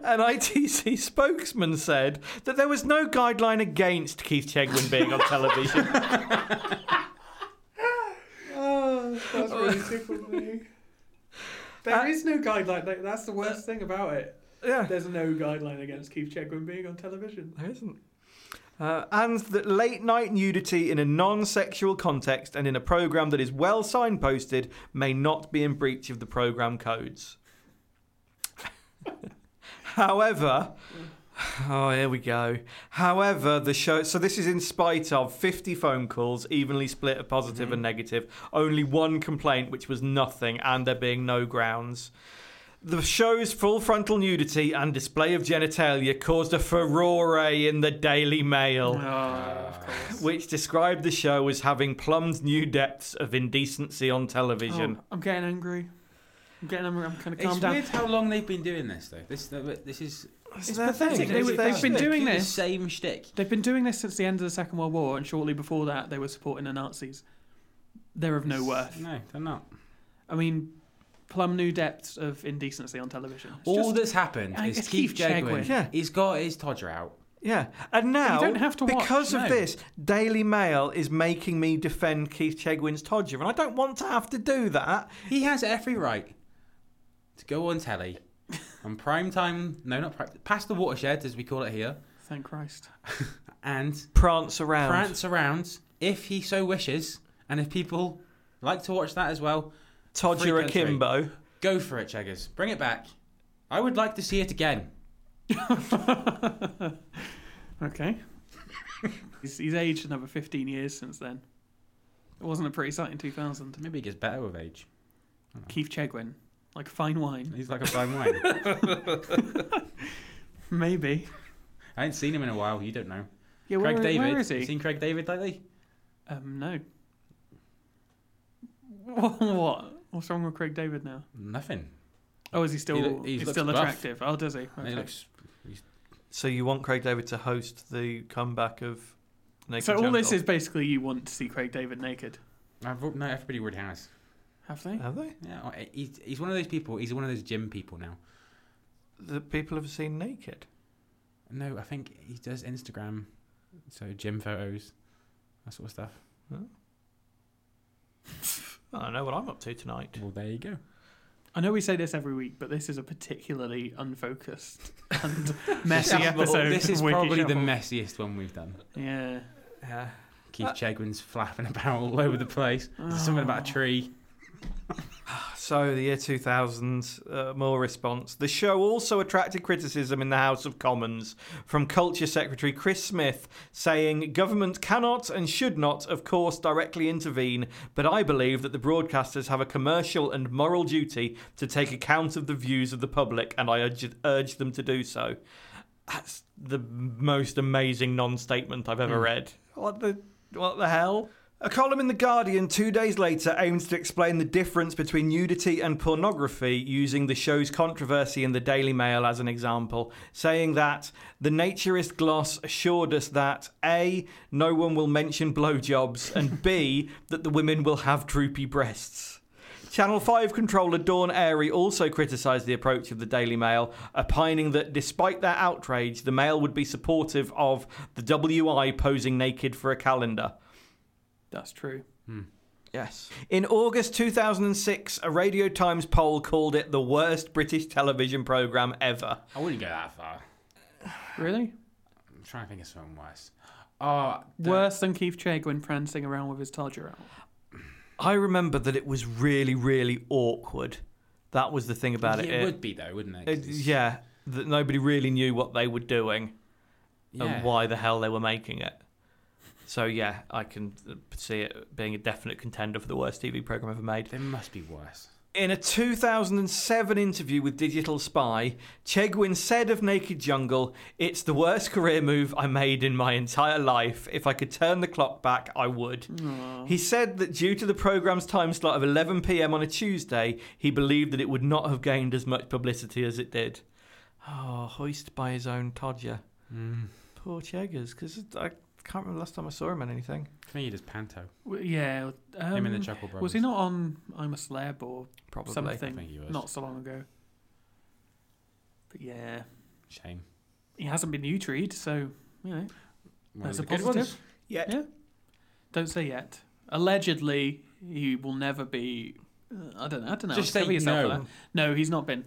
An ITC spokesman said that there was no guideline against Keith Chegwin being on television. Ah, That's really simple me. Uh, There is no guideline. Like, that's the worst thing about it. yeah. There's no guideline against Keith Chegwin being on television. There isn't. Uh, and that late night nudity in a non sexual context and in a programme that is well signposted may not be in breach of the programme codes. However, oh, here we go. However, the show, so this is in spite of 50 phone calls, evenly split of positive and negative, only one complaint, which was nothing, and there being no grounds. The show's full frontal nudity and display of genitalia caused a furore in the Daily Mail, Ah, Ah, which described the show as having plumbed new depths of indecency on television. Oh, I'm getting angry. I'm getting angry. I'm kind of calm it's down. weird how long they've been doing this though. This this is. It's their thing. pathetic. They It's were- their they've been shtick. doing Do the this. same shtick. They've been doing this since the end of the Second World War, and shortly before that, they were supporting the Nazis. They're of no worth. No, they're not. I mean, plumb new depths of indecency on television. It's All just- that's happened I is guess Keith, Keith Jagwin. Chegwin. Yeah. He's got his Todger out. Yeah, and now don't have to watch, because of no. this, Daily Mail is making me defend Keith Chegwin's Todger, and I don't want to have to do that. He has every right to go on telly on prime time. No, not prime, past the watershed, as we call it here, Thank Christ. and Prance around. prance around if he so wishes, and if people like to watch that as well, Todger Free country. akimbo. go for it, Cheggers. Bring it back. I would like to see it again. Okay. he's, he's aged another 15 years since then. It wasn't a pretty sight in 2000. Maybe it gets better with age. Keith Chegwin, like fine wine. He's like a fine wine. Maybe. I ain't seen him in a while. You don't know. Yeah, where, Craig David. where is You he? seen Craig David lately? Um, no. What, what? What's wrong with Craig David now? Nothing. Oh, is he still? loo- he he's looks still buff. attractive. Oh, does he? Okay. He looks. So you want Craig David to host the comeback of Naked so all this Jungle? is basically you want to see Craig David naked, I've, no, everybody already has. have they? Have they? Yeah, oh, he's, he's one of those people. He's one of those gym people now. The people have seen naked. No, I think he does Instagram, so gym photos, that sort of stuff. I don't know what I'm up to tonight. Well, there you go. I know we say this every week, but this is a particularly unfocused and messy This is- episode. This is of Wiki probably the Shuffle. messiest one we've done. yeah. Yeah. Keith Uh, Chegwin's flapping about all over the place. There's something about Oh. a tree. So the year 2000, uh, more response. The show also attracted criticism in the House of Commons from Culture Secretary Chris Smith, saying, Government cannot and should not, of course, directly intervene, but I believe that the broadcasters have a commercial and moral duty to take account of the views of the public, and I urge, urge them to do so. That's the most amazing non-statement I've ever read. Hmm. What the what the hell? A column in the Guardian two days later aims to explain the difference between nudity and pornography, using the show's controversy in the Daily Mail as an example, saying that the naturist gloss assured us that A, no one will mention blowjobs, and B, that the women will have droopy breasts. Channel 5 controller Dawn Airy also criticised the approach of the Daily Mail, opining that despite their outrage, the Mail would be supportive of the WI posing naked for a calendar. That's true. Yes. In August 2006, a Radio Times poll called it the worst British television programme ever. I wouldn't go that far. Really? I'm trying to think of something worse. Oh, Worse than Keith Chegwin prancing around with his Todger out. I remember that it was really, really awkward. That was the thing about it, it. would be though, wouldn't it? 'Cause It- it's- Uh, yeah, that nobody really knew what they were doing Yeah. and why the hell they were making it. So yeah, I can uh, see it being a definite contender for the worst TV program ever made. There must be worse. In a 2007 interview with Digital Spy, Chegwin said of Naked Jungle, It's the worst career move I made in my entire life. If I could turn the clock back, I would. He said that due to the programme's time slot of 11 pm on a Tuesday, he believed that it would not have gained as much publicity as it did. Oh, hoist by his own Todger. Poor Cheggers, because I can't remember the last time I saw him in anything. I think he does Panto. W- Yeah. Um, Him and the Chuckle Brothers. Was he not on I'm a Slab or Probably. something think he was. not so long ago? But yeah, Shame. he hasn't been nutried, so you know. One That's of a the good positive. ones. Yeah. Yeah. Don't say yet. Allegedly, he will never be. uh, I don't know. I don't know. Just Cover say yourself for no. that. No, he's not been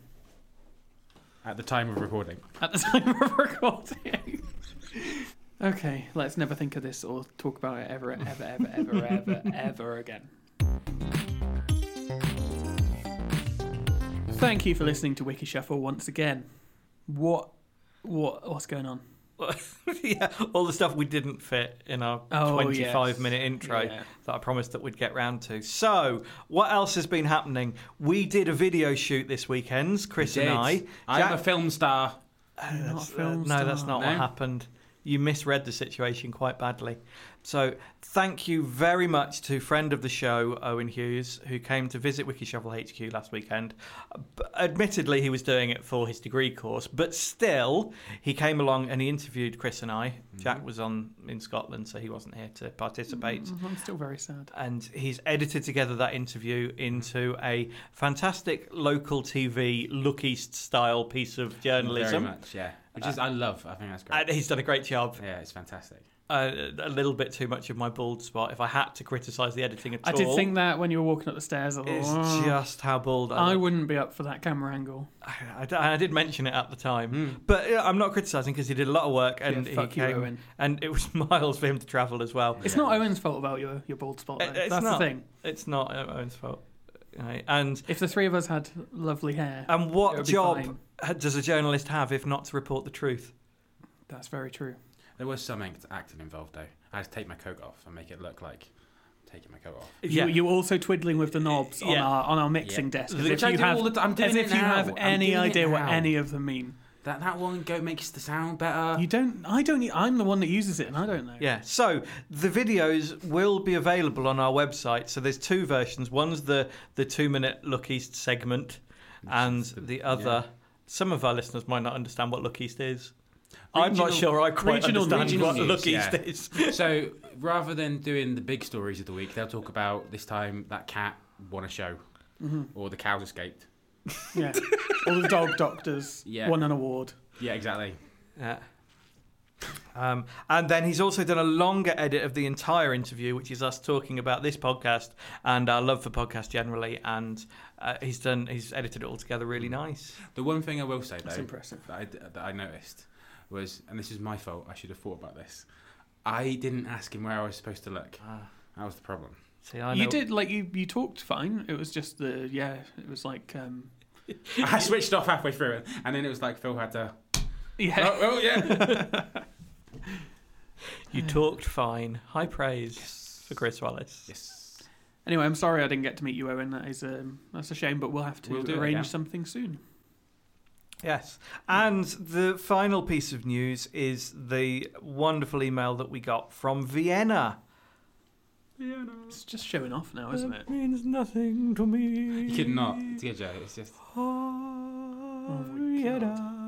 At the time of recording. at the time of recording. okay, let's never think of this or talk about it ever, ever, ever, ever, ever, ever again. Thank you for listening to Wiki Shuffle once again. What, what, what's going on? yeah, all the stuff we didn't fit in our Oh, 25 yes. minute intro Yeah. that I promised that we'd get round to. So, what else has been happening? We did a video shoot this weekend, Chris and I. Dead. I'm a Jack- film star. Not a film uh, No, that's star. not what No? happened. You misread the situation quite badly. So, thank you very much to friend of the show, Owen Hughes, who came to visit Wikishovel HQ last weekend. B- Admittedly, he was doing it for his degree course, but still, he came along and he interviewed Chris and I. Jack was on in Scotland, so he wasn't here to participate I'm still very sad. and he's edited together that interview into a fantastic local TV look east style piece of Very journalism. much, yeah. Which is I love. I think that's great. And Uh, he's done a great job. Yeah, it's fantastic. a, a little bit too much of my bald spot. If I had to criticise the editing at I all, did think that when you were walking up the stairs. I thought, it's "Oh, just how bald I, I look. wouldn't be up for that camera angle. I, I- I did mention it at the time, but yeah, I'm not criticising because he did a lot of work and Hmm. fuck he you, came, Owen. and it was miles for him to travel as well. It's not Owen's fault about your, your bald spot. Though. It- Uh, it's That's not, the thing. It's not uh, Owen's fault. Right. And If the three of us had lovely hair, and It what would be job fine. ha- does a journalist have if not to report the truth? that's very true. There was some act- acting involved, though. I had to take my coat off and make it look like I'm taking my coat off. Yeah. Uh, You, you also twiddling with the knobs on Yeah. our on our mixing Yeah. desk. as Which if I you do have, all the ti- I'm doing as it if you now. have I'm any doing it idea what now. any of them mean. That that one go makes the sound better. You don't. I don't. e, I'm the one that uses it, and I don't know. Yeah. So the videos will be available on our website. So there's two versions. One's the the two minute Look East segment, and the other. Some of our listeners might not understand what Look East is. I'm not Regional- sure I quite regional understand news. what Look East Regional is. so rather than doing the big stories of the week, they'll talk about this time that cat won a show, or the cows escaped. Yeah. All the dog doctors Yeah. won an award. Yeah, exactly. Yeah. Um, and then he's also done a longer edit of the entire interview, which is us talking about this podcast and our love for podcasts generally. And uh, he's done, he's edited it all together really Mm. nice. The one thing I will say though, impressive. That, I, that I noticed was, and this is my fault. I should have thought about this. I didn't ask him where I was supposed to look. that was the problem. See, I know, You did like you. You talked fine. It was just the yeah. It was like um I switched off halfway through, it, and then it was like Phil had to. yeah. Oh, oh yeah. You talked fine. High praise for Chris Wallace. yes. Anyway, I'm sorry I didn't get to meet you, Owen. That is um that's a shame, but we'll have to We'll do it arrange again. something soon. Yes. And the final piece of news is the wonderful email that we got from Vienna. It's just showing off now, isn't Mm-hmm. it? means nothing to me. Ah, You could not. It's good, Joe. It's just Oh Vienna.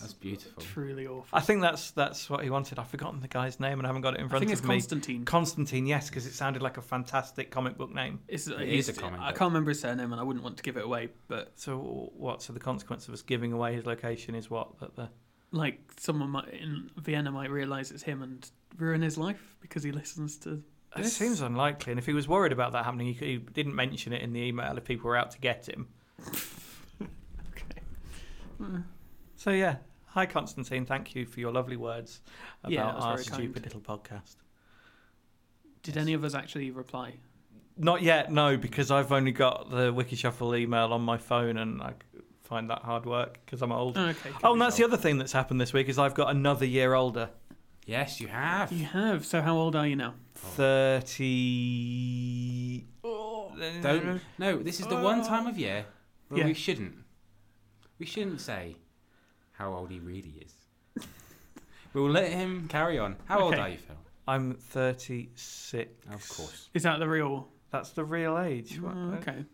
that's beautiful. Truly awful. I think that's that's what he wanted. I've forgotten the guy's name and I haven't got it in I front think it's of me. Constantine. Constantine, yes, because it sounded like a fantastic comic book name. It's, is he's- a comic I book. can't remember his surname, and I wouldn't want to give it away. But So what? So the consequence of us giving away his location is what? That the like, someone might in Vienna might realize it's him and ruin his life because he listens to. it This? seems unlikely. And if he was worried about that happening, he, he didn't mention it in the email if people were out to get him. Okay. So yeah, hi Constantine, thank you for your lovely words about Yeah, that was our very kind. stupid little podcast. Did any of us actually reply? Not yet, no, because I've only got the Wiki Shuffle email on my phone, and I find that hard work because I'm old. Oh, okay. oh, and that's the other thing that's happened this week is I've got another year older. Yes, you have. You have. So how old are you now? 30 Oh. Don't. No, this is the one time of year where Yeah. we shouldn't. We shouldn't say how old he really is. we'll let him carry on. How old Okay. are you, Phil? i'm 36 Of course. Is that the real? that's the real age What- Uh, Oh, okay.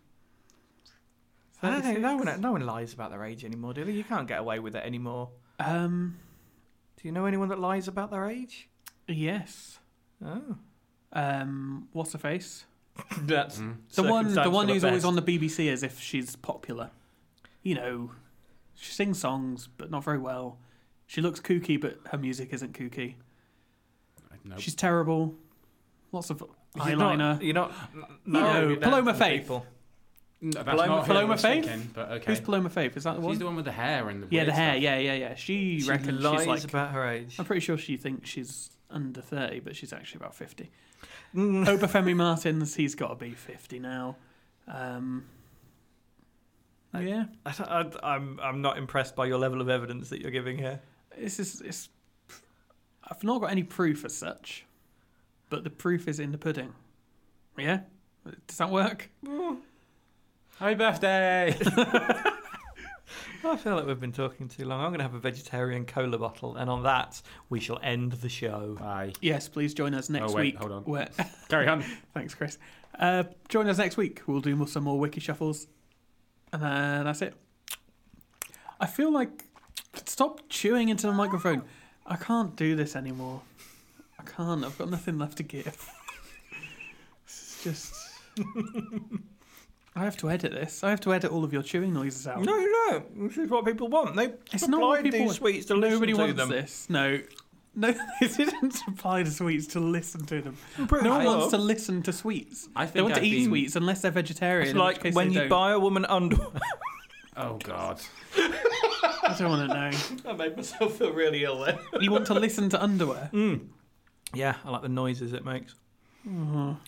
I don't think Mm, no one, no one lies about their age anymore do they you can't get away with it anymore Um. do you know anyone that lies about their age Yes. oh Um. What's her face? that's The one. The one circumstantial who's at always best. on the BBC as if she's popular. You know, she sings songs, but not very well. She looks kooky, but her music isn't kooky. No. She's terrible. Lots of you're eyeliner. not, you're not no, know, you're down Paloma to the Faith. people. No, that's Paloma- not who I Paloma was Faith? thinking, But okay. Who's Paloma Faith? Is that the She's one? the one with the hair and the yeah, the weird hair. stuff. Yeah, yeah, yeah. She, she reckons lies she's like. about her age I'm pretty sure she thinks she's under 30, but she's actually about 50. Mm. Obafemi Martins, he's got to be 50 now. Um, yeah, I don't- I- I'm, I'm not impressed by your level of evidence that you're giving here this is. It's, I've not got any proof as such, but the proof is in the pudding. Yeah? Does that work? Happy birthday! I feel like we've been talking too long. I'm going to have a vegetarian cola bottle, and on that, we shall end the show. Bye. Yes, please join us next Oh, wait, week. hold on. Where, Carry on. thanks, Chris. Uh, join us next week. We'll do more- some more wiki shuffles. And uh, that's it. I feel like. Stop chewing into the microphone. I can't do this anymore. I can't. I've got nothing left to give. It's just. I have to edit this. I have to edit all of your chewing noises out. No, no, this is what people want. They It's it's not what people these want. sweets to Nobody listen to wants them. this. No, No, this isn't to buy the sweets to listen to them. No one I- wants to listen to sweets. I they think want to I've eat been- sweets unless they're vegetarian. It's in which like case when they you don't. buy a woman underwear. Oh God. I don't want to know. I made myself feel really ill there. You want to listen to underwear? Mm. Yeah, I like the noises it makes.